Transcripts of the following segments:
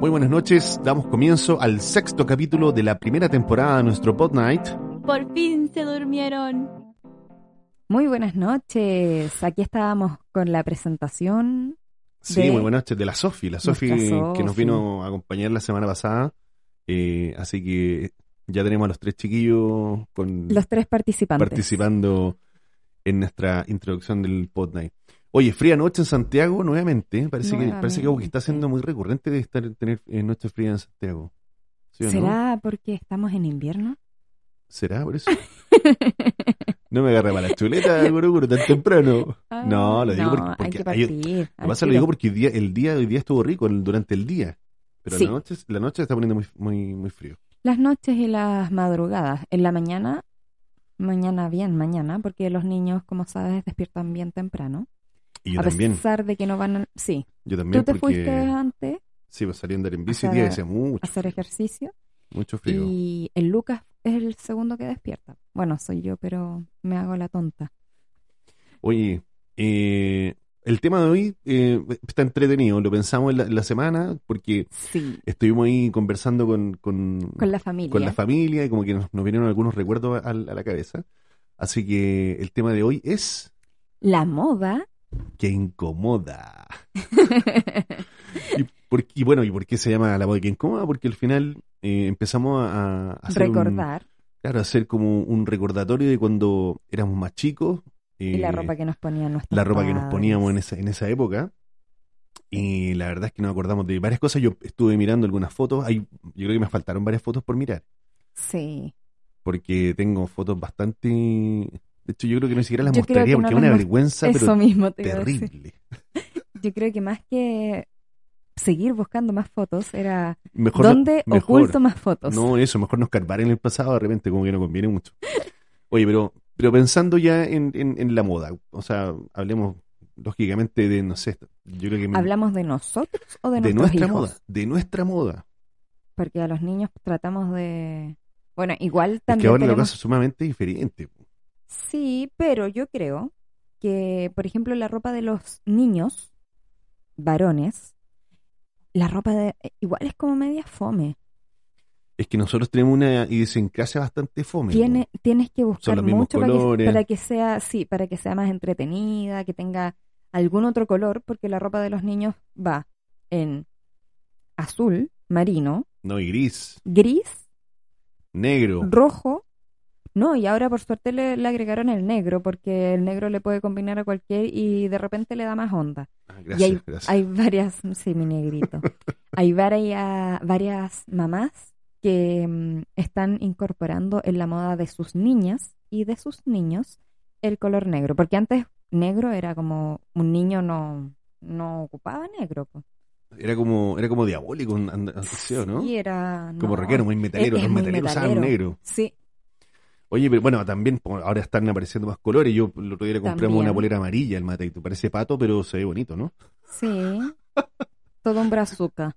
Muy buenas noches, damos comienzo al sexto capítulo de la primera temporada de nuestro Pod Night. Por fin se durmieron. Muy buenas noches. Aquí estábamos con la presentación. Sí, De- muy buenas noches, de la Sofi, la Sofi Nuestra que nos Sofi. vino a acompañar la semana pasada. Eh, así que ya tenemos a los tres chiquillos con, Los tres participantes. participando en nuestra introducción del Pod Night. Oye, fría noche en Santiago nuevamente. Parece que parece que algo que está siendo muy recurrente de estar tener eh, noche fría en Santiago. ¿Sí o no? ¿Será porque estamos en invierno? ¿Será por eso? No me agarra para la chuleta, gurú, gurú, tan temprano. Ah, No, lo digo porque- hay porque que hay- partir, Lo al que pasa es que lo tiro. digo porque el día, el día de hoy día estuvo rico el- durante el día. Pero Sí. la noche la noche se está poniendo muy, muy, muy frío. Las noches y las madrugadas. En la mañana, mañana bien, mañana, porque los niños, como sabes, despiertan bien temprano. Y yo a también. pesar de que no van a... Sí, Yo también tú te porque fuiste antes sí, pues, salí a andar en bici a y día y hacer- hacía mucho, a hacer ejercicio. mucho frío. Y el Lucas es el segundo que despierta. Bueno, soy yo, pero me hago la tonta. Oye, eh, el tema de hoy eh, está entretenido, lo pensamos en la, en la semana porque Sí. estuvimos ahí conversando con, con, Con la familia. con la familia y como que nos, nos vinieron algunos recuerdos a, a la cabeza. Así que el tema de hoy es La moda. que incomoda. Y, por- y bueno, ¿y por qué se llama la moda que incomoda? Porque al final eh, empezamos a, a hacer un- Recordar. claro, a hacer como un recordatorio de cuando éramos más chicos. Y la eh, ropa que nos ponían nuestros la ropa que nos padres. poníamos en esa, en esa época. Y la verdad es que nos acordamos de varias cosas. Yo estuve mirando algunas fotos. Hay, yo creo que me faltaron varias fotos por mirar. Sí. Porque tengo fotos bastante. De hecho, yo creo que ni siquiera las Yo creo mostraría que no porque es las una mos- vergüenza, Eso pero mismo te iba a decir. terrible. Yo creo que más que seguir buscando más fotos era Mejor, dónde mejor. oculto más fotos. No, eso, mejor nos carbar en el pasado de repente, como que no conviene mucho. Oye, pero, pero pensando ya en, en- en la moda, o sea, hablemos lógicamente de, no sé, yo creo que ¿Hablamos de nosotros o de, de nuestros nuestra hijos? moda, de nuestra moda. Porque a los niños tratamos de... Bueno, igual Es también que ahora la tenemos cosa es sumamente diferente. Sí, pero yo creo que, por ejemplo, la ropa de los niños, varones, la ropa de... eh, Igual es como media fome. Es que nosotros tenemos una idiosincrasia bastante fome. Tiene, tienes que buscar los mismos mucho para que, colores. para que sea, sí, para que sea más entretenida, que tenga algún otro color, porque la ropa de los niños va en azul, marino, No, y gris, gris, negro. rojo. No, y ahora por suerte le, le agregaron el negro, porque el negro le puede combinar a cualquier y de repente le da más onda. Ah, y gracias, hay, gracias. hay varias, sí, mi negrito. hay varias, varias mamás que mm, están incorporando en la moda de sus niñas y de sus niños el color negro, porque antes negro era como un niño no, no ocupaba negro. po. Era como era como diabólico, un- and- así, ¿no? Sí, era... Como no, rockero, muy metalero. es Los muy metaleros usaban metalero. negro. Sí, Oye, pero bueno, también po, ahora están apareciendo más colores. Yo el otro día le compramos También. una polera amarilla al mateito. Parece pato, pero se ve bonito, ¿no? sí. Todo un brazuca.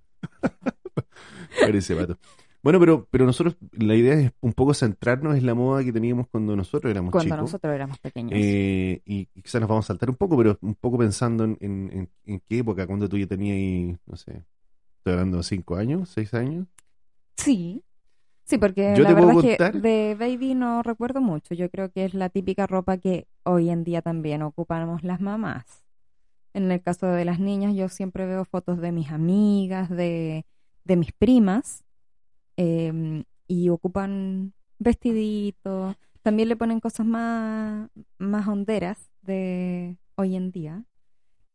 Parece pato. Bueno, pero, pero nosotros, la idea es un poco centrarnos en la moda que teníamos cuando nosotros éramos Cuando chicos. nosotros éramos pequeños. Eh, y y quizás nos vamos a saltar un poco, pero un poco pensando en, en, en- en qué época, cuando tú ya tenías, ahí, no sé, estoy hablando de 5 años, 6 años. Sí. Sí, porque Yo la te puedo verdad es que contar- de Baby no recuerdo mucho. Yo creo que es la típica ropa que hoy en día también ocupamos las mamás. En el caso de las niñas, yo siempre veo fotos de mis amigas, de, de mis primas, eh, y ocupan vestiditos. También le ponen cosas más, más honderas de hoy en día.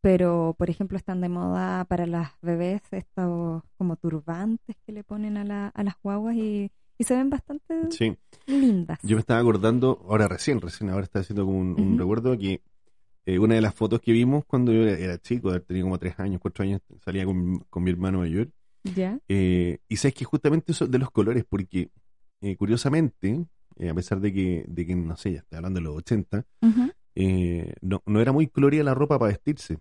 Pero, por ejemplo, están de moda para las bebés estos como turbantes que le ponen a, la- a las guaguas y, y se ven bastante Sí, lindas. yo me estaba acordando, ahora recién, recién, ahora está haciendo como un, un Ujú. recuerdo que eh, una de las fotos que vimos cuando yo era, era chico, tenía como 3 años, 4 años, salía con, con mi hermano mayor. ¿Ya? Eh, y sabes que justamente eso de los colores, porque eh, curiosamente, eh, a pesar de que, de que, no sé, ya estoy hablando de los 80, Ujú. eh, no, no era muy colorida la ropa para vestirse.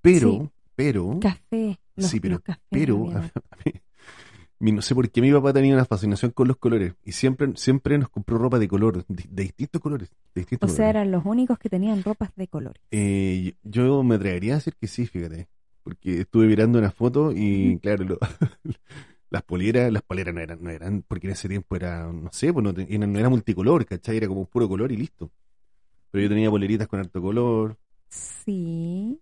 Pero, Sí. pero, Café. Los, Sí, pero- los cafés pero, habían. a mí- mi- no sé por qué mi papá tenía una fascinación con los colores y siempre, siempre nos compró ropa de color, de, de distintos colores. De O distintos sea, colores. eran los únicos que tenían ropas de colores. Eh, yo me atrevería a decir que sí, fíjate. Porque estuve mirando una foto y, claro, lo- las poleras, las poleras no eran, no eran, porque en ese tiempo era, no sé, pues no, te- era, no era multicolor, ¿cachai? Era como un puro color y listo. Pero yo tenía poleritas con harto color. Sí.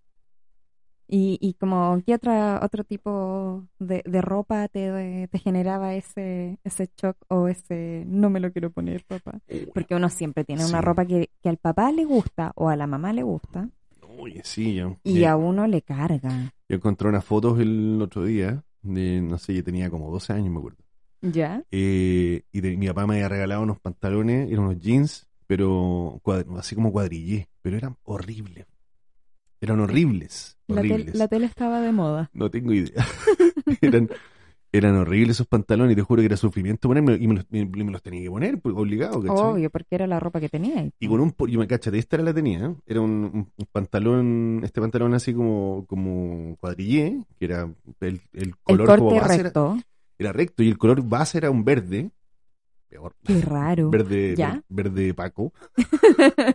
Y, y como, ¿qué otra, otro tipo de, de ropa te, te generaba ese, ese shock o ese no me lo quiero poner, papá? Porque uno siempre tiene una Eh, Sí. ropa que, que al papá le gusta o a la mamá le gusta Uy, sí, yo. y yo- a uno le carga. Yo encontré unas fotos el otro día, de, no sé, yo tenía como 12 años, me acuerdo. ¿Ya? Eh, y de- mi papá me había regalado unos pantalones, eran unos jeans, pero cuad- así como cuadrillé, pero eran horribles. Eran horribles, La, tel- horribles. la tele estaba de moda. No tengo idea. eran, eran horribles esos pantalones y te juro que era sufrimiento ponerme y me los, me- me los tenía que poner, pues, obligado, ¿cachai? Obvio, porque era la ropa que tenía. Y con un, po- yo me cachate, esta era la tenía, ¿eh? era un, un- un pantalón, este pantalón así como, como cuadrillé, que era el, el El color como corte base era- recto. era recto y el color base era un verde. Peor. Qué raro. Verde, ¿Ya? ver- verde Paco.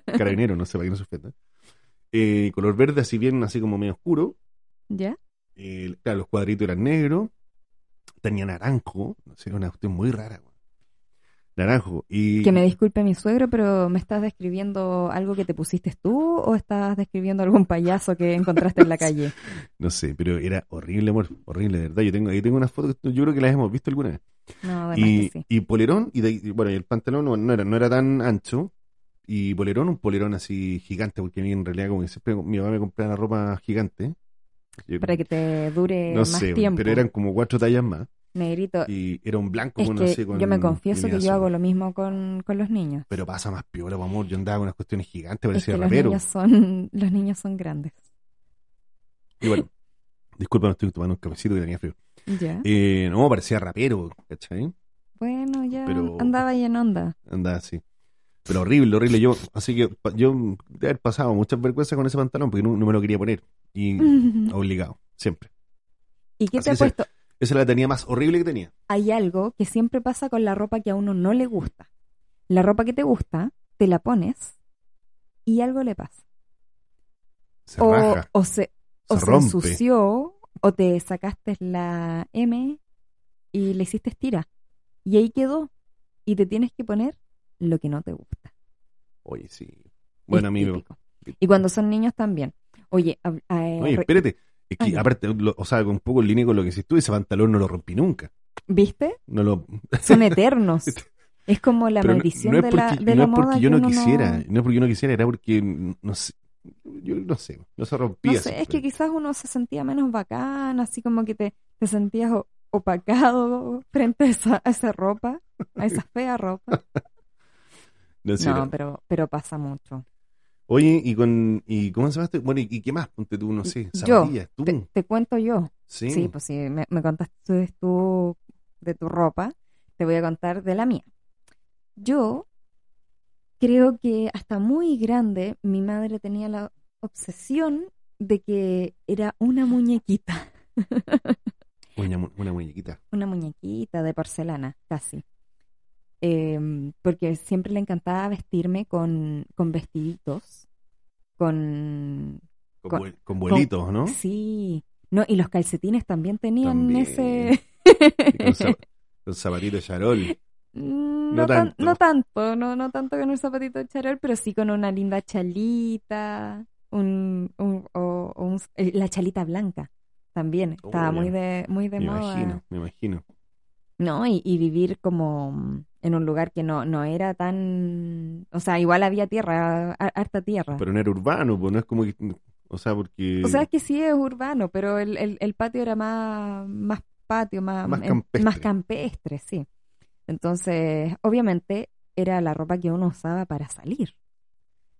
Carabinero, no sé para qué no se ofenda. Eh, color verde, así bien, así como medio oscuro. ¿Ya? Eh, claro, los cuadritos eran negros. Tenía naranjo. No sé, era una cuestión muy rara. güey. Naranjo. Y Que me disculpe mi suegro, pero ¿me estás describiendo algo que te pusiste tú o estás describiendo algún payaso que encontraste en la calle? no sé, pero era horrible, amor. Horrible, de verdad. Yo tengo, ahí tengo unas fotos que yo creo que las hemos visto alguna vez. No, además y, que sí. y polerón, y, de ahí- y bueno, y el pantalón no, no era, no era tan ancho. Y polerón, un polerón así gigante, porque a mí en realidad, como que siempre mi mamá me compraba la ropa gigante. Yo- Para que te dure no más sé, tiempo. pero eran como cuatro tallas más. Negrito, Y era un blanco, es con, que no sé, con yo me confieso que yo iluminación. hago lo mismo con, con los niños. Pero pasa más piola, po, amor. Yo andaba con unas cuestiones gigantes, Es parecía que los rapero. niños son, los niños son grandes. Y bueno, disculpa, me estoy tomando un cafecito que tenía frío. ¿Ah? Ya. Eh, no, parecía rapero, ¿cachai? Bueno, ya pero- andaba ahí en onda. Andaba así. Pero horrible, horrible. Yo, así que pa- yo de haber pasado muchas vergüenzas con ese pantalón porque no, no me lo quería poner. Y Mm. obligado, siempre. ¿Y qué Así te ha se- puesto? Esa era la tenía más horrible que tenía. Hay algo que siempre pasa con la ropa que a uno no le gusta. La ropa que te gusta, te la pones y algo le pasa. Se o, raja, o se, o se se rompe. ensució, o te sacaste la M y le hiciste estira. Y ahí quedó. Y te tienes que poner lo que no te gusta. Oye, sí. Bueno, Es amigo. típico. Y cuando son niños también. Oye, hab- ah, eh, Oye, re- espérate. Es Ah, que, ya. aparte, lo- o sea, un poco en línea con lo que si tú, ese pantalón no lo rompí nunca. ¿viste? No lo. Son eternos. es como la pero no- maldición no, de es porque, la, no de la es porque moda yo que no uno quisiera. eh, No... es porque yo no quisiera, era porque. No sé. Yo no sé. No se rompía. No sé, es que quizás uno se sentía menos bacán, así como que te, te sentías o- opacado frente a esa, a esa ropa, a esa fea ropa. No sé, No, era- pero, pero pasa mucho. Oye, ¿y con y cómo se llama esto? Bueno, ¿y, y qué más? Ponte tú, no sé, Mm, Yo, zapatillas, tú. Te, te cuento yo. Mm. sí. Sí, pues si me, me contaste tú de tu ropa, te voy a contar de la mía. Yo creo que hasta muy grande mi madre tenía la obsesión de que era una muñequita, pues. Una, mu- una muñequita. una muñequita de porcelana, casi. Em, porque siempre le encantaba vestirme con, con vestiditos, con, Con, Con- vuel- con vuelitos, ¿no? Sí, no, y los calcetines también tenían También. ese... Y Con, zap- con zapatitos charol. No Mm, No, tan- tanto. no tanto, no, no tanto con un zapatito de charol, pero sí con una linda chalita, un, un- o, o un- eh, la chalita blanca también, Oh, estaba ya. muy de, muy de Me moda. imagino, me imagino. No, y, y vivir como mm, en un lugar que no, no era tan, o sea, igual había tierra, ha- harta tierra. Pero no era urbano, pues no es como que. O sea, porque. Ah. O sea, es que sí es urbano, pero el, el- el patio era más, más patio, más, Más en- campestre. más campestre, sí. Entonces, obviamente, era la ropa que uno usaba para salir.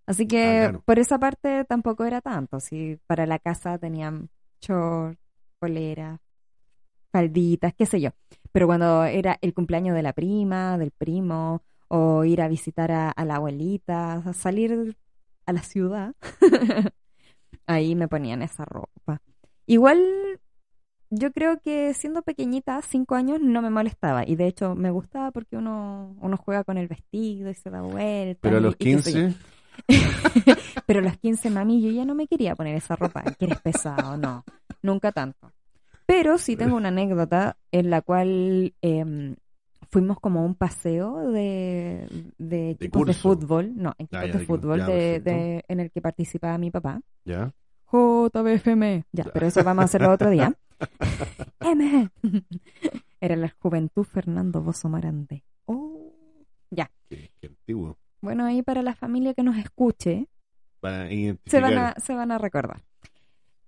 Así que Ah, claro. por esa parte tampoco era tanto. Sí, para la casa tenían short, polera, falditas, qué sé yo. Pero cuando era el cumpleaños de la prima, del primo, o ir a visitar a, a la abuelita, a salir a la ciudad, ahí me ponían esa ropa. Igual, yo creo que siendo pequeñita, cinco años, no me molestaba. Y de hecho me gustaba porque uno, uno juega con el vestido y se da vuelta. pero a los 15, Pero a los 15, mami, yo ya no me quería poner esa ropa. Que eres pesado, no. nunca tanto. Pero sí tengo una anécdota en la cual em, fuimos como a un paseo de, de equipos de curso. Ah, fútbol, no, equipos ya, de de equipos, fútbol ya, de- de- perfecto. en el que participaba mi papá. ¿Ya? JBFM. Ya, pero eso vamos a hacerlo otro día. M. Era la juventud Fernando Bozo Marante. Oh. Qué, qué antiguo. Bueno, ahí para la familia que nos escuche, Para se identificar. van a, se van a recordar.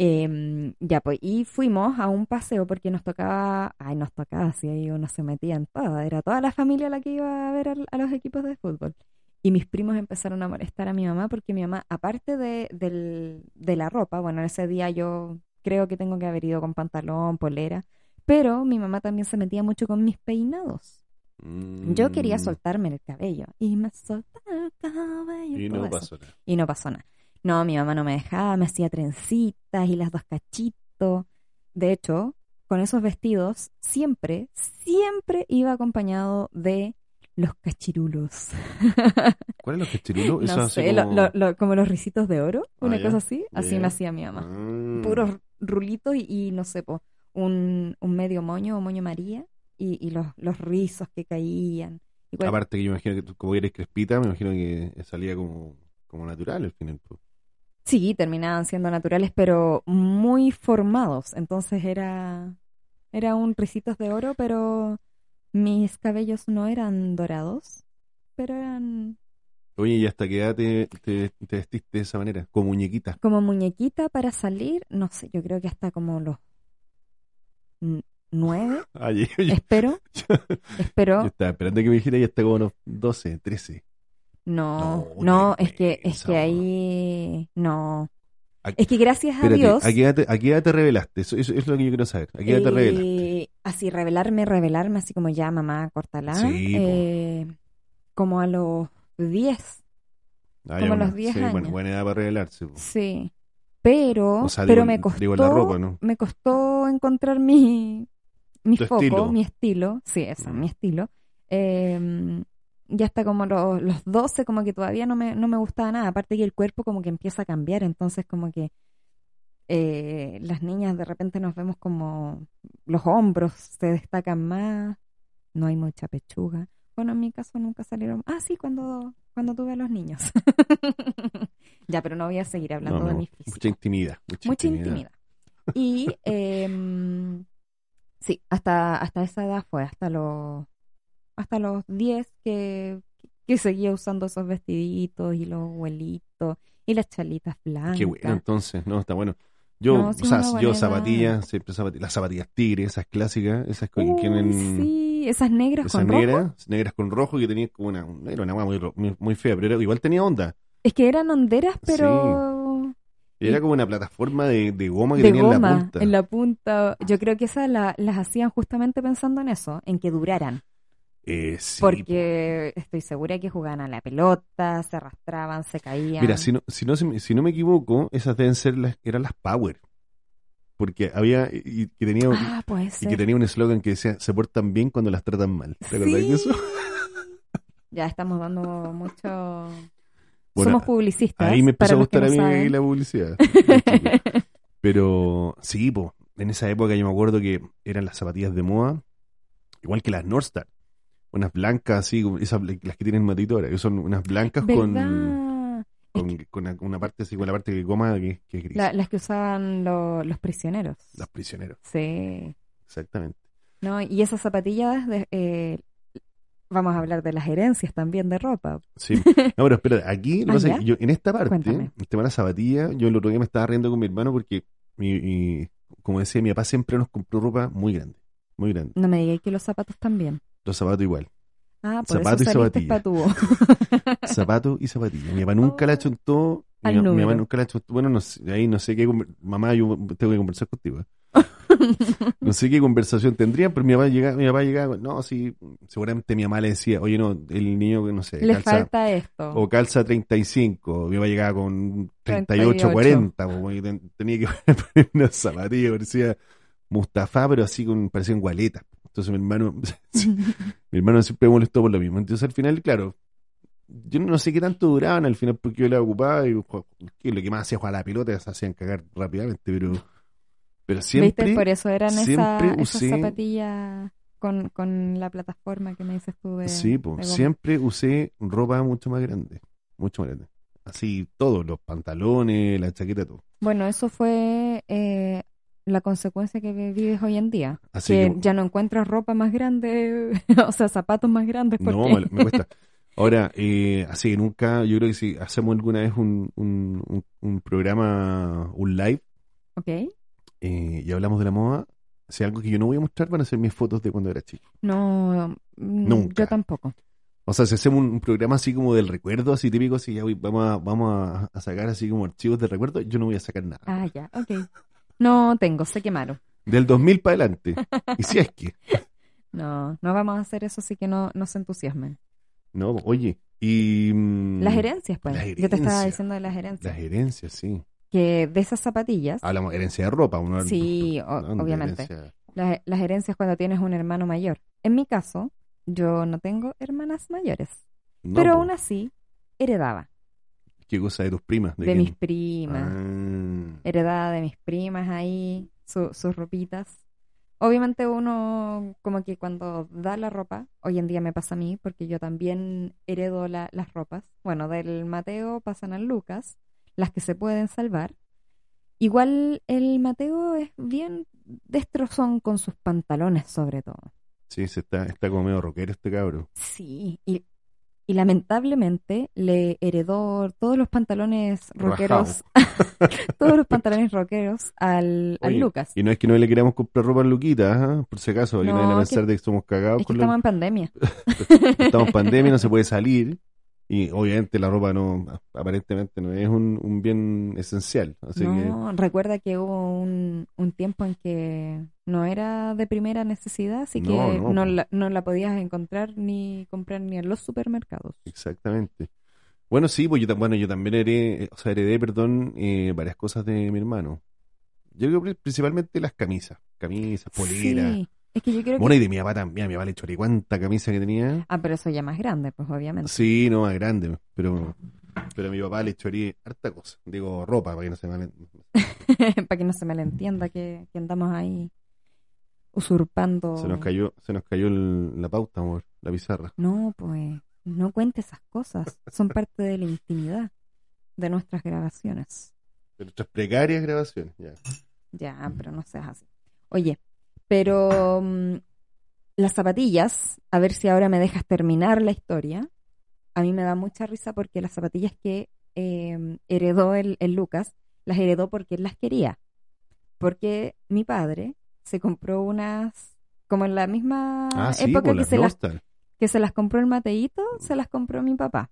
Em, ya, pues, y fuimos a un paseo porque nos tocaba, ay, nos tocaba, si ahí uno se metía en todo, era toda la familia la que iba a ver al- a, los equipos de fútbol. Y mis primos empezaron a molestar a mi mamá porque mi mamá, aparte de, del- de la ropa, bueno, ese día yo creo que tengo que haber ido con pantalón, polera, pero mi mamá también se metía mucho con mis peinados. Mm, Yo quería soltarme el cabello y me soltaba el cabello. Y todo no eso pasó nada. y no pasó nada. No, mi mamá no me dejaba, me hacía trencitas y las dos cachitos. De hecho, con esos vestidos siempre, siempre iba acompañado de los cachirulos. ¿Cuál es los cachirulos? Eso no así sé, lo- como... lo- lo- como los risitos de oro, Ah, una ya. cosa así. Así Bien. me hacía mi mamá. Ah. Puros rulitos y, y no sé, po, un, un medio moño o moño María y, y los, los rizos que caían. Y cual- Aparte que yo imagino que tú, como eres crespita, me imagino que salía como, como natural al final. pues. Sí, terminaban siendo naturales, pero muy formados. Entonces era, era un ricitos de oro, pero mis cabellos no eran dorados, pero eran Oye, ¿y hasta qué edad te, te- te vestiste de esa manera? Como muñequita. como muñequita para salir. No sé, yo creo que hasta como los n- nueve, Ay, Ah, yo, yo- espero, yo espero. estaba esperando que me dijera y hasta como unos 12, 13. No, No, no, qué es que, vergüenza, es que mamá. ahí, no. Ay, Es que gracias a Espérate, Dios. ¿a qué edad te, a qué edad te revelaste? Eso, eso es lo que yo quiero saber. ¿A qué edad te Eh, revelaste? Así, revelarme, revelarme, así como ya, mamá, córtala. Sí, po. Eh, como a los 10, Ah, como a bueno, los 10 sí, bueno, años. buena edad para revelarse. pues. sí. Pero, O sea, pero digo, me costó, digo la ropa, ¿no? me costó encontrar mi, mi Tu foco, estilo. mi estilo. Sí, eso, Mm. mi estilo. Eh, ya hasta como los, los 12, como que todavía no me, no me gustaba nada. Aparte que el cuerpo como que empieza a cambiar, entonces como que eh, las niñas de repente nos vemos como los hombros se destacan más, no hay mucha pechuga. Bueno, en mi caso nunca salieron. Ah, sí, cuando, cuando tuve a los niños. ya, pero no voy a seguir hablando No, de no, mi mucha físico. intimidad. Mucha, Mucha intimidad. intimidad. Y em, sí, hasta, hasta esa edad fue, hasta los, hasta los 10 que, que seguía usando esos vestiditos y los huelitos y las chalitas blancas. Qué bueno, entonces, no, está bueno. Yo, No, o sí, sea, una buena yo edad. zapatillas, siempre zapatillas, las zapatillas tigre, esas clásicas, esas que Uy, tienen... sí, esas negras esas con rojo. negras, negras con rojo que tenían como una, un- era una guagua muy, ro- muy, muy fea, pero era- igual tenía onda. Es que eran honderas, pero Y Y- era como una plataforma de, de goma que de tenía en la goma, punta. en la punta. Yo creo que esas la- las hacían justamente pensando en eso, en que duraran. Eh, sí, porque estoy segura que jugaban a la pelota, se arrastraban, se caían. Mira, si no, si no, se me- si no me equivoco, esas deben ser las, eran las Power. Porque había, y, y que tenía, ah, puede y que ser. tenía un eslogan que decía, se portan bien cuando las tratan mal. ¿Te acordás de eso? Sí. Ya estamos dando mucho. Bueno, Somos publicistas. Ahí me empezó para a los que gustar a no mí saben. la publicidad. Pero sí, po, en esa época yo me acuerdo que eran las zapatillas de moda, igual que las North Star. Unas blancas así, como esas, bla- las que tienen matito ahora, que son unas blancas con, ¿Verdad? con, con una- una parte así, con la parte de goma que, que es gris. La- las que usaban lo- los prisioneros. Las prisioneros, Sí. exactamente. No, y esas zapatillas, de- eh, vamos a hablar de las herencias también de ropa. Sí. No, pero espera, aquí lo que Ah, pasa es ¿ya? que yo, en esta parte, Cuéntame. el tema de la zapatilla, yo el otro día me estaba riendo con mi hermano porque, mi- y, como decía, mi papá siempre nos compró ropa muy grande, muy grande. No me digáis que los zapatos también. Los zapatos igual. Ah, por Zapato y eso saliste zapatilla. patúo. zapato y zapatilla. Mi papá nunca la chuntó. Oh, Al Mi, mi mamá número. nunca la chuntó. Bueno, no sé, ahí no sé qué. conver- Mamá, yo tengo que conversar contigo. ¿eh? No sé qué conversación tendrían, pero mi papá llegaba, mi papá llegaba, con- no, sí, seguramente mi mamá le decía, oye, no, el niño que no sé, Le calza, falta esto. o calza 35, mi papá llegaba con 38, 38. 40, po, y ten- tenía que poner una zapatilla, parecía Mustafa, pero así con, parecían gualetas. Entonces mi hermano mi hermano siempre me molestó por lo mismo. Entonces al final, claro, yo no sé qué tanto duraban al final porque yo la ocupaba y jugaba- que lo que más hacía jugar a la pelota, se hacían cagar rápidamente, pero, Pero siempre. ¿Viste? Por eso eran esa- siempre esas usé- zapatillas con, con la plataforma que me dices tú de... Sí, po, de goma. siempre usé ropa mucho más grande, mucho más grande. Así todos, los pantalones, la chaqueta, todo. Bueno, eso fue eh, la consecuencia que vives hoy en día. Así que que- ya no encuentras ropa más grande, o sea, zapatos más grandes. No, porque- me, me cuesta. Ahora, eh, así que nunca, yo creo que si hacemos alguna vez un, un, un- un programa, un live, Ok. eh, y hablamos de la moda, si algo que yo no voy a mostrar van a ser mis fotos de cuando era chico. No, mm, Nunca. yo tampoco. O sea, si hacemos un, un programa así como del recuerdo, así típico, así ya voy- vamos, a, vamos a, a sacar así como archivos de recuerdo, yo no voy a sacar nada. Ah, ya, ok. No tengo, se quemaron. Del 2000 para adelante. Y si es que. No, no vamos a hacer eso, así que no, no se entusiasmen. No, oye, y... mm, Las herencias, pues. Las Yo te estaba herencias. diciendo de las herencias. Las herencias, sí. que de esas zapatillas, Hablamos de herencia de ropa. Uno, Sí, o- ¿no? De obviamente. herencia- las, las herencias cuando tienes un hermano mayor. En mi caso, yo no tengo hermanas mayores, No, pero po. aún así heredaba ¿Qué cosa de tus primas? de, quién? mis primas, Eh, Ah. heredaba de mis primas ahí su- sus ropitas. Obviamente uno como que cuando da la ropa, hoy en día me pasa a mí porque yo también heredo la- las ropas. Bueno, del Mateo pasan al Lucas, las que se pueden salvar. Igual el Mateo es bien destrozón con sus pantalones sobre todo. Sí, se está, está como medio rockero este cabro. Sí, y, y lamentablemente le heredó todos los pantalones rockeros, todos los pantalones rockeros al, al Oye, Lucas. Y no es que no le queramos comprar ropa a Luquita, ajá, por si acaso, que no No, vayan a es que- pensar de que somos cagados Es que con estamos lo en pandemia. estamos en pandemia, no se puede salir. Y obviamente la ropa no, aparentemente no es un, un bien esencial. Así que, No, recuerda que hubo un, un tiempo en que no era de primera necesidad, así que No, no, no pues. la, no la podías encontrar ni comprar ni en los supermercados. exactamente. Bueno, sí, pues yo, tam- bueno, yo también heredé, eh, o sea, heredé, perdón, eh, varias cosas de mi hermano. Yo creo que principalmente las camisas, camisas, poleras. Sí, es que yo creo que... Bueno, y de mi papá también, mi papá le choré cuánta camisa que tenía. Ah, pero eso ya más grande, pues obviamente. Sí, no, más grande, pero, pero a mi papá le choré harta cosa. Digo, ropa, para que no se mal... Para que no se malentienda que, que andamos ahí usurpando... Se nos cayó, se nos cayó el- la pauta, amor, la pizarra. No, pues no cuente esas cosas. Son parte de la intimidad de nuestras grabaciones. De nuestras precarias grabaciones, ya. Ya, pero no seas así. Oye, pero mm, las zapatillas, a ver si ahora me dejas terminar la historia. A mí me da mucha risa porque las zapatillas que eh, heredó el, el Lucas, las heredó porque él las quería. Porque mi padre se compró unas, como en la misma Ah, sí, época por que las se las Nostal. que se las compró el Mateito, se las compró mi papá.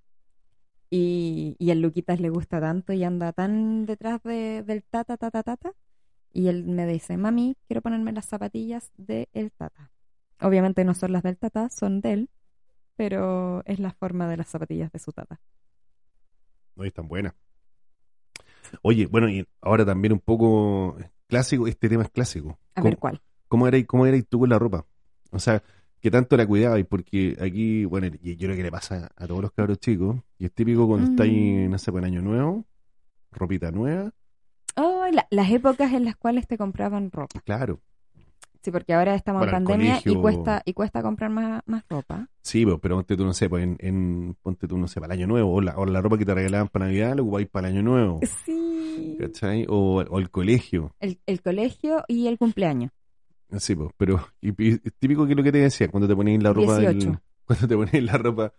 Y, y el Luquitas le gusta tanto y anda tan detrás de, del tata, tata, tata. Y él me dice, mami, quiero ponerme las zapatillas del el tata. Obviamente no son las del tata, son de él, pero es la forma de las zapatillas de su tata. No es tan buena. Oye, bueno, y ahora también un poco clásico, este tema es clásico. A ¿Cómo- ver cuál. ¿Cómo erais, cómo erais tú con la ropa? O sea, ¿qué tanto la cuidabais? Porque aquí, bueno, y- yo creo que le pasa a todos los cabros chicos. Y es típico cuando Mm. estáis, no sé, con año nuevo, ropita nueva, Oh, la- las épocas en las cuales te compraban ropa. claro. Sí, porque ahora estamos Bueno, en el pandemia colegio- y cuesta y cuesta comprar más, más ropa. Sí, pero, pero ponte tú, no sé, pues en, en- ponte tú, no sé, para el año nuevo, o la, o la ropa que te regalaban para Navidad la ocupáis para el año nuevo, Sí. ¿cachai? O, o el colegio, El, el colegio y el cumpleaños. sí, pues, pero y, y es típico que lo que te decía, cuando te ponéis la ropa del- 18. cuando te ponéis la ropa,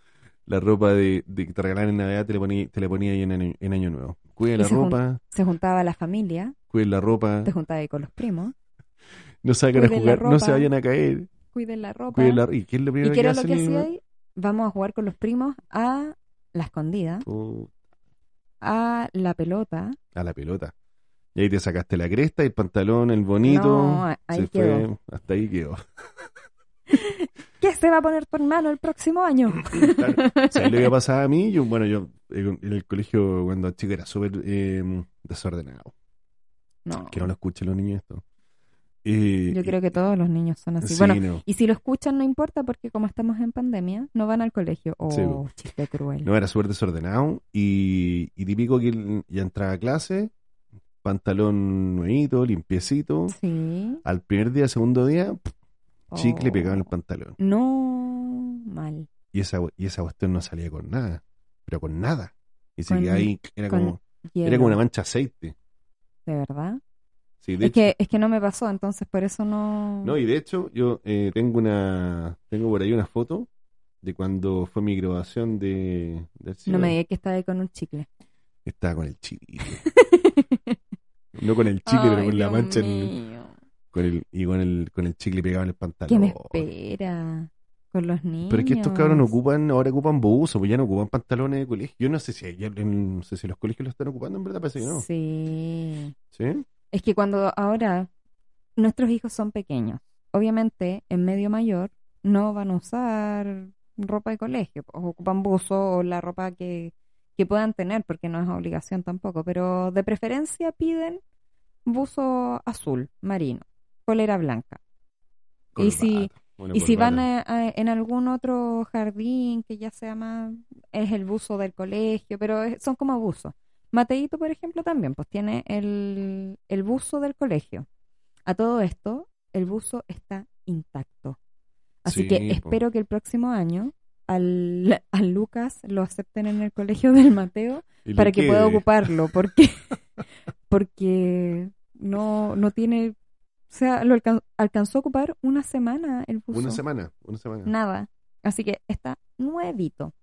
la ropa de, de que te regalaban en Navidad, te la ponías te la ponías ahí en, año- en año nuevo. Cuida la se jun- ropa, se juntaba la familia, cuiden la ropa, te juntaba ahí con los primos, no salgan a cuiden la jugar, no se ropa, vayan a caer, cuiden la ropa. cuiden la ¿Y qué es lo ¿Y primero qué que era lo hacen? que en el- hacía ahí? Vamos a jugar con los primos a la escondida, Oh, a la pelota. a la pelota. Y ahí te sacaste la cresta, el pantalón, el bonito. No, a- ahí se quedó. fue, hasta ahí quedó. ¿Qué se va a poner tu hermano el próximo año? Claro. ¿Sabes lo que pasaba a mí? Yo, bueno, yo eh, en el colegio cuando chico era súper eh, desordenado. No, Que no lo escuchen los niños esto. Eh, yo creo que todos los niños son así. sí, bueno, no. y si lo escuchan no importa porque como estamos en pandemia, no van al colegio. Sí, Oh, chiste cruel. No, era súper desordenado y, y típico que el- ya entraba a clase, pantalón nuevito, limpiecito. Sí. Al primer día, segundo día, pff, chicle Oh. pegado en el pantalón. No, mal. Y esa, y esa cuestión no salía con nada, pero con nada. Y se Con- quedaba ahí, era con como, era como Hielo, una mancha de aceite. de verdad. Sí, de Es que, es que no me pasó, entonces por eso no. No, y de hecho, yo eh, tengo una tengo por ahí una foto de cuando fue mi graduación de, de No me digas que estaba ahí con un chicle. Estaba con el chicle. no con el chicle, pero Ay, con la Dios mancha en- mío. con el, y con el, con el chicle pegado en el ¿Qué me pantalón. espera? Con los niños. Pero es que estos cabros ocupan, ahora ocupan buzo, pues ya no ocupan pantalones de colegio. Yo no sé si hay- no sé si los colegios lo están ocupando, en verdad parece que no. Sí. ¿Sí? Es que cuando ahora nuestros hijos son pequeños, obviamente en medio mayor no van a usar ropa de colegio, o ocupan buzo o la ropa que, que puedan tener, porque no es obligación tampoco, pero de preferencia piden buzo azul, marino, polera blanca. Y si- Corbata, una Y si van corbata. a- a- en algún otro jardín que ya sea más, es el buzo del colegio, pero es- son como buzos. Mateito, por ejemplo, también, pues tiene el, el buzo del colegio. A todo esto, el buzo está intacto. Así que Sí, po. espero que el próximo año al, a Lucas lo acepten en el colegio del Mateo Y le para que pueda quede. ocuparlo, porque, porque no, no tiene, o sea, lo alcan- alcanzó a ocupar una semana el buzo Una semana, una semana. nada. Así que está nuevito.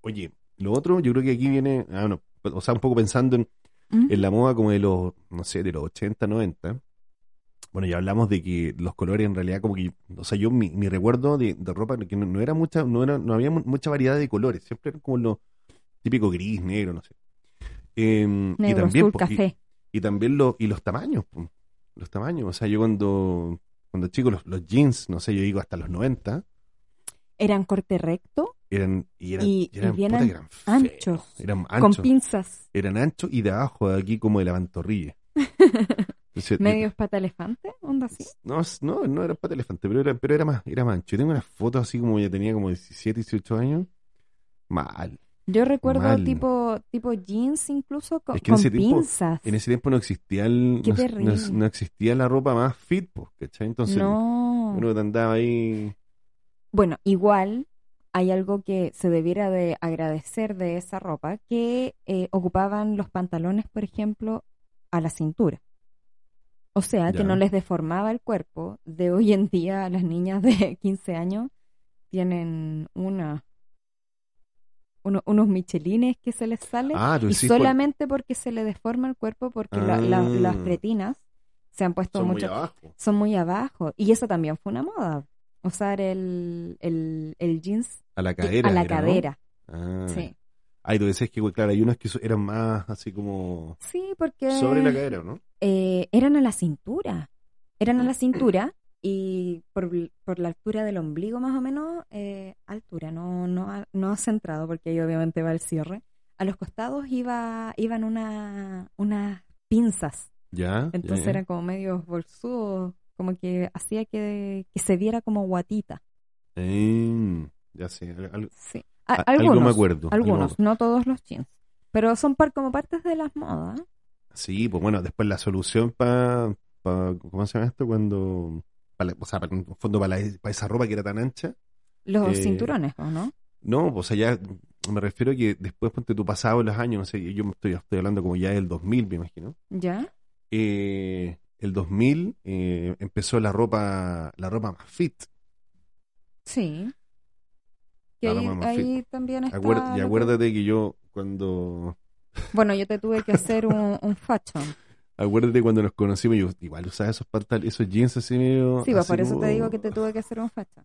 Oye, lo otro, yo creo que aquí viene, ah, no, o sea, un poco pensando en, ¿Mm? en la moda como de los, no sé, de los 80, 90. Bueno, ya hablamos de que los colores en realidad como que, o sea, yo mi, mi recuerdo de, de ropa que no, no era mucha, no era, no había mu- mucha variedad de colores, siempre era como lo típico gris, negro, no sé. Eh, y Negro, también, azul, po- y- café. y también los y los tamaños po. los tamaños o sea yo cuando cuando chico los, los jeans no sé yo digo hasta los 90 Eran corte recto, eran y eran, Y- y eran, bien puta que an- eran feos, anchos, eran con eh, anchos pinzas, eran anchos y de abajo de aquí como de la pantorrilla Entonces, medios pata elefante, onda así. no, no, no era pata elefante, pero era, pero era más, era más ancho. Yo tengo unas fotos así como ya tenía como 17, 18 años. Mal. Yo recuerdo Mal. tipo tipo jeans incluso co- con, Es que en ese tiempo- pinzas. En ese tiempo no existía el- Qué no, no- terrible. no existía la ropa más fit, po, ¿cachai? Entonces, no. uno te andaba ahí. Bueno, igual hay algo que se debiera de agradecer de esa ropa, que eh, ocupaban los pantalones, por ejemplo, a la cintura. O sea, que Ya. no les deformaba el cuerpo. De hoy en día, las niñas de 15 años tienen una, uno- unos michelines que se les salen Ah, tú y decís por- solamente porque se le deforma el cuerpo, porque la- la- Ah. las pretinas se han puesto son muy mucho abajo. son muy abajo. Y eso también fue una moda. Usar el, el, el jeans A la que- cadera. a la era, ¿no? cadera. Ah. Sí. Ay, tú decías que, güey, claro, hay unos que so- eran más así como Sí, porque sobre la cadera, ¿no? eh, eran a la cintura. Eran Ah. a la cintura y por, por la altura del ombligo más o menos, eh, altura, no, no, a- no centrado porque ahí obviamente va el cierre. A los costados iba, iban una, unas pinzas. Ya. Entonces ya, ya. eran como medios bolsudos, como que hacía que, que se viera como guatita. Eh, ya sé. al- al- Sí. a- A- algo me algunos, acuerdo. algo me Algunos, acuerdo. no todos los jeans. Pero son par, como partes de las modas. Sí, pues bueno, después la solución para. ¿Cómo se llama esto? Cuando. pa la- o sea, pa- en el fondo, para esa ropa que era tan ancha. Los Eh, cinturones, ¿o no? No, pues allá me refiero a que después, ponte tú pasado los años, no sé, yo me estoy, estoy hablando como ya del 2000, me imagino. ¿Ya? eh, el 2000 eh, empezó la ropa la ropa más fit. Sí. Que Claro, ahí, mamá, ahí también está... Acuer- y lo que- acuérdate que yo cuando Bueno, yo te tuve que hacer un, un fashion. acuérdate cuando nos conocimos yo igual usaba esos pantalones, esos jeans así medio Sí, pues, así por eso como- te digo que te tuve que hacer un fashion.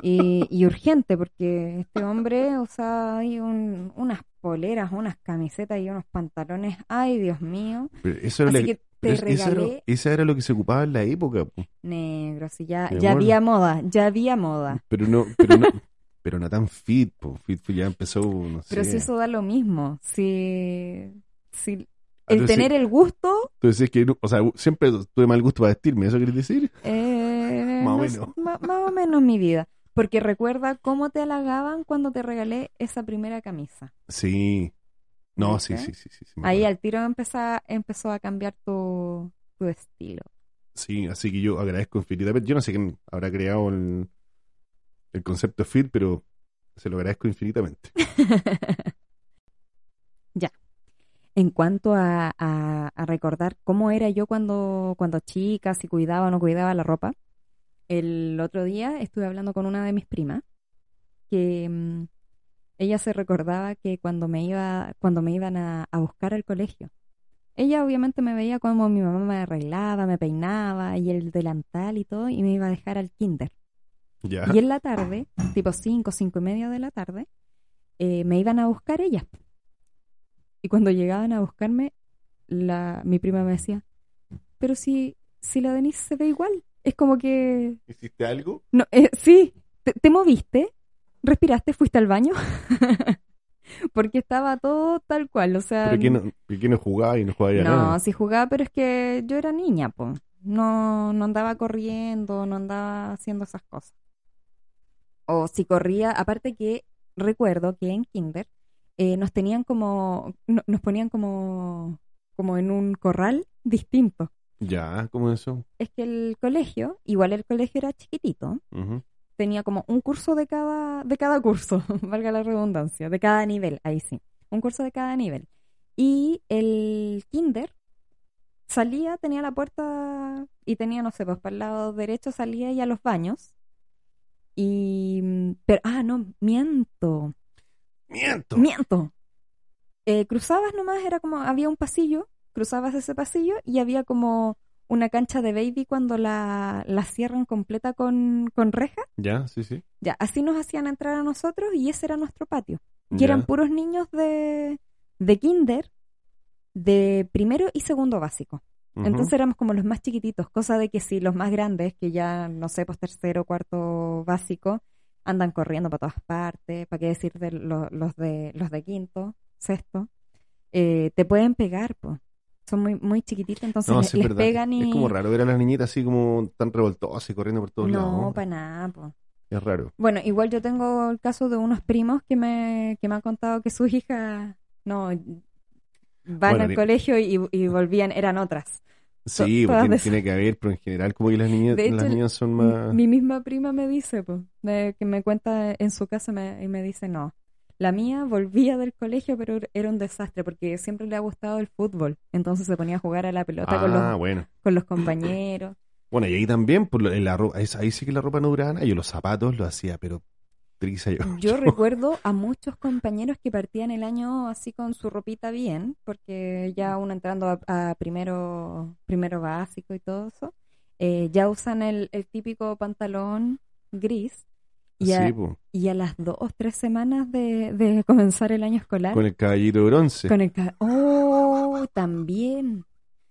Y, y urgente, porque este hombre usaba ahí un- unas poleras, unas camisetas y unos pantalones. Ay, Dios mío. Pero eso era Así la- que pero es- te eso era- regalé eso era lo que se ocupaba en la época, po. negro. Si ya, Mi ya amor. había moda, ya había moda. pero no pero no pero no tan fit, po. fit ya empezó no Pero sé. si eso da lo mismo, si, si Ah, el tú decís- tener el gusto tú decís que no- o sea, siempre tuve mal gusto para vestirme, ¿eso querés decir? eh, Más o no sé, menos. ma- más o menos mi vida. Porque recuerda cómo te halagaban cuando te regalé esa primera camisa. Sí. No, sí, ¿Viste? sí, sí, sí. sí, me Ahí acuerdo. al tiro empezá- empezó a cambiar tu, tu estilo. Sí, así que yo agradezco infinitamente. Yo no sé quién habrá creado el, el concepto fit, pero se lo agradezco infinitamente. En cuanto a, a- a recordar cómo era yo cuando, cuando chica, si cuidaba o no cuidaba la ropa, el otro día estuve hablando con una de mis primas que mm, ella se recordaba que cuando me iba, cuando me iban a, a buscar al colegio, ella obviamente me veía como mi mamá me arreglaba, me peinaba y el delantal y todo, y me iba a dejar al kinder. Ya. Y en la tarde, tipo 5, 5 y media de la tarde, eh, me iban a buscar ellas. Y cuando llegaban a buscarme, la, mi prima me decía, pero si, si la Denise se ve igual, es como que... ¿Hiciste algo? No, eh, sí, te, te moviste, respiraste, fuiste al baño, porque estaba todo tal cual, o sea... ¿Pero quién no, pero quién no jugaba y no jugaba ya Um, No, nada? sí jugaba, pero es que yo era niña, po. No, no andaba corriendo, no andaba haciendo esas cosas. O si corría, aparte que recuerdo que en kinder eh, nos tenían como, no- nos ponían como, como en un corral distinto. Ya, ¿cómo es eso? Es que el colegio, igual el colegio era chiquitito, Ujú. tenía como un curso de cada, de cada curso, valga la redundancia, de cada nivel, ahí sí, un curso de cada nivel. Y el kinder salía, tenía la puerta y tenía, no sé, pues para el lado derecho salía y a los baños. Y, mm, pero, ah, no, miento, ¡Miento! miento. Eh, cruzabas nomás, era como, había un pasillo, cruzabas ese pasillo y había como una cancha de baby cuando la, la cierran completa con, con reja. Ya, sí, sí. Ya, así nos hacían entrar a nosotros y ese era nuestro patio. Y Ya. eran puros niños de, de kinder, de primero y segundo básico. Ujú. Entonces éramos como los más chiquititos, cosa de que si los más grandes, que ya no sé, pues tercero, cuarto básico, andan corriendo para todas partes, para qué decir de lo- los, de, los de quinto, sexto, eh, te pueden pegar, pues. Son muy, muy chiquititos, entonces No, le- sí, es les verdad. pegan y... Es como raro ver a las niñitas así como tan revoltosas y corriendo por todos lados. no, para nada, pues. Es raro. Bueno, igual yo tengo el caso de unos primos que me, que me han contado que sus hijas no van Bueno, al de- colegio y, y volvían, eran otras. To- Sí, todas tiene, de tiene que haber, pero en general como que las niñas, De las hecho, niñas son más... Mi misma prima me dice, po, me- que me cuenta en su casa me- y me dice, no, la mía volvía del colegio, pero er-, era un desastre porque siempre le ha gustado el fútbol. Entonces se ponía a jugar a la pelota con, Ah, los, bueno. con los compañeros. Bueno, y ahí también, por lo- en la ropa, ahí, ahí sí que la ropa no duraba nada. Yo los zapatos los hacía, pero triza yo. Yo recuerdo a muchos compañeros que partían el año así con su ropita bien, porque ya Mm. uno entrando a, a primero, primero básico y todo eso, eh, ya usan el, el típico pantalón gris y a, Ah, Sí, pues, po, y a las dos, tres semanas de, de comenzar el año escolar, con este. el caballito de bronce. con el ca- ¡Oh! También.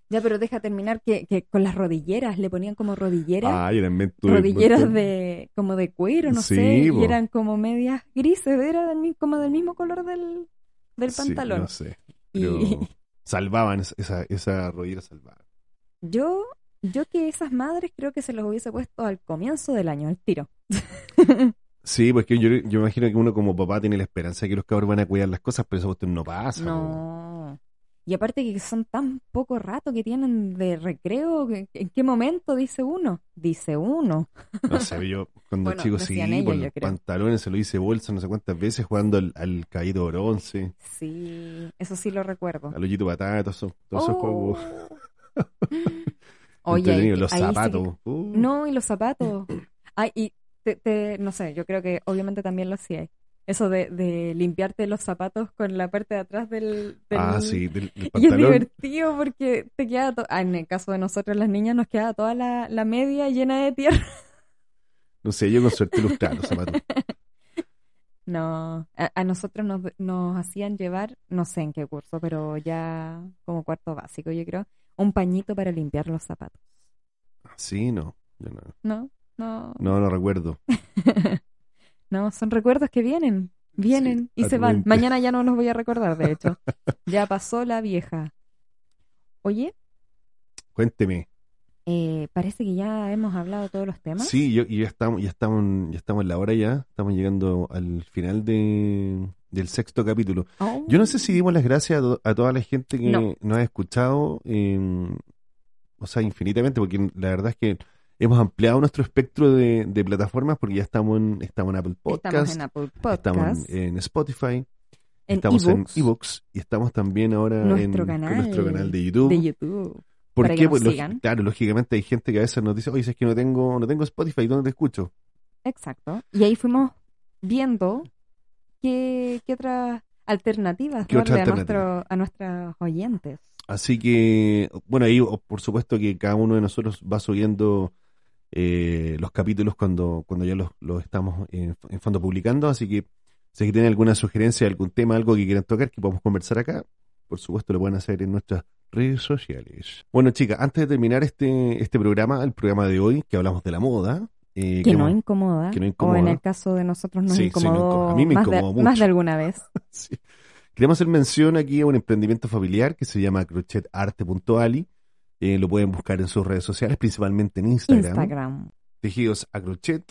Ya, pero deja terminar que, que con las rodilleras, le ponían como rodilleras Ah, yo también tuve un rodilleras montón. de como de cuero, no Sí, sé, po. y eran como medias grises, era del mi- como del mismo color del, del Sí, pantalón. no sé. Pero y salvaban esa, esa, esa rodillera salvada. yo, yo que esas madres creo que se los hubiese puesto al comienzo del año, al tiro. Sí, pues que yo, yo imagino que uno como papá tiene la esperanza de que los cabros van a cuidar las cosas, pero esa cuestión no pasa. po. No. Y aparte que son tan poco rato que tienen de recreo, que- que- ¿en qué momento dice uno? Dice uno. No sé, yo cuando Bueno, chico sí, decían ellos, por yo los creo. pantalones se lo hice bolsa no sé cuántas veces jugando al, al caballito de bronce, Sí, eso sí lo recuerdo. al hoyito patata, todos esos, todos esos juegos Oh. Oye, ahí, entretenidos. Los ahí sí que- zapatos. uh. No, y los zapatos. Ay, y te, te- no sé, yo creo que obviamente también lo hacía. Eso de, de limpiarte los zapatos con la parte de atrás del, del- Ah, sí, del, del Y es pantalón. divertido porque te queda to- ah, en el caso de nosotros las niñas nos queda toda la, la media llena de tierra. No sé, yo con suerte ilustraba los zapatos. No, a, a nosotros nos, nos hacían llevar, no sé en qué curso, pero ya como cuarto básico, yo creo, un pañito para limpiar los zapatos. Ah, Sí, no, yo no, No, no. no, no recuerdo. No, son recuerdos que vienen, vienen y a se tu van. mente. Mañana ya no los voy a recordar, de hecho. Ya pasó la vieja. Oye, Cuénteme. eh, parece que ya hemos hablado todos los temas. Sí, yo, y ya estamos, ya estamos, en- ya estamos en la hora ya. Estamos llegando al final de, del sexto capítulo. Oh. Yo no sé si dimos las gracias a, to- a toda la gente que No. nos ha escuchado, eh, o sea, infinitamente, porque la verdad es que hemos ampliado nuestro espectro de, de plataformas porque ya estamos en, estamos en Apple estamos Podcast, en Apple estamos Podcast, en, en Spotify, en estamos ebooks en eBooks y estamos también ahora Nuestro en canal. nuestro canal de YouTube. de YouTube. ¿Por para qué? que nos Pues, lógi- sigan. claro, lógicamente hay gente que a veces nos dice, oye, si es que no tengo, no tengo Spotify, ¿dónde te escucho? Exacto. Y ahí fuimos viendo qué, qué otras alternativas ¿Qué darle otra a, alternativa? nuestro, a nuestros oyentes. Así que, bueno, ahí o- por supuesto que cada uno de nosotros va subiendo eh, los capítulos cuando, cuando ya los, los estamos en, en fondo publicando, así que si es que tienen alguna sugerencia, algún tema, algo que quieran tocar, que podamos conversar acá, por supuesto lo pueden hacer en nuestras redes sociales. Bueno, chicas, antes de terminar este, este programa, el programa de hoy, que hablamos de la moda, eh, Que que no hemos- incomoda. que no O en incomoda. el caso de nosotros nos Sí, sí, no incomodó incomoda. A mí me más, de, incomodó más mucho. de alguna vez. Sí. Queremos hacer mención aquí a un emprendimiento familiar que se llama crochetarte.ali. Eh, lo pueden buscar en sus redes sociales, principalmente en Instagram. Instagram. Tejidos a crochet,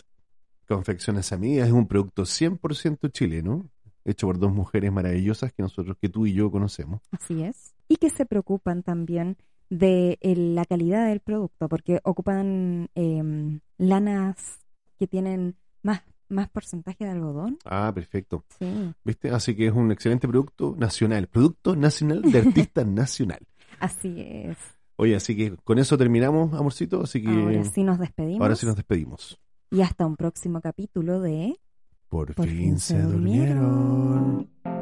confecciones a medida. Es un producto 100% chileno, hecho por dos mujeres maravillosas que nosotros, que tú y yo conocemos. Así es. Y que se preocupan también de el- la calidad del producto, porque ocupan em, lanas que tienen más, más porcentaje de algodón. Ah, perfecto. Sí. ¿Viste? Así que es un excelente producto nacional. Producto nacional de artista nacional. Así es. Oye, así que con eso terminamos, amorcito. Así que Ahora sí nos despedimos. eh, ahora sí nos despedimos. Y hasta un próximo capítulo de... Por, Por fin, se durmieron. durmieron.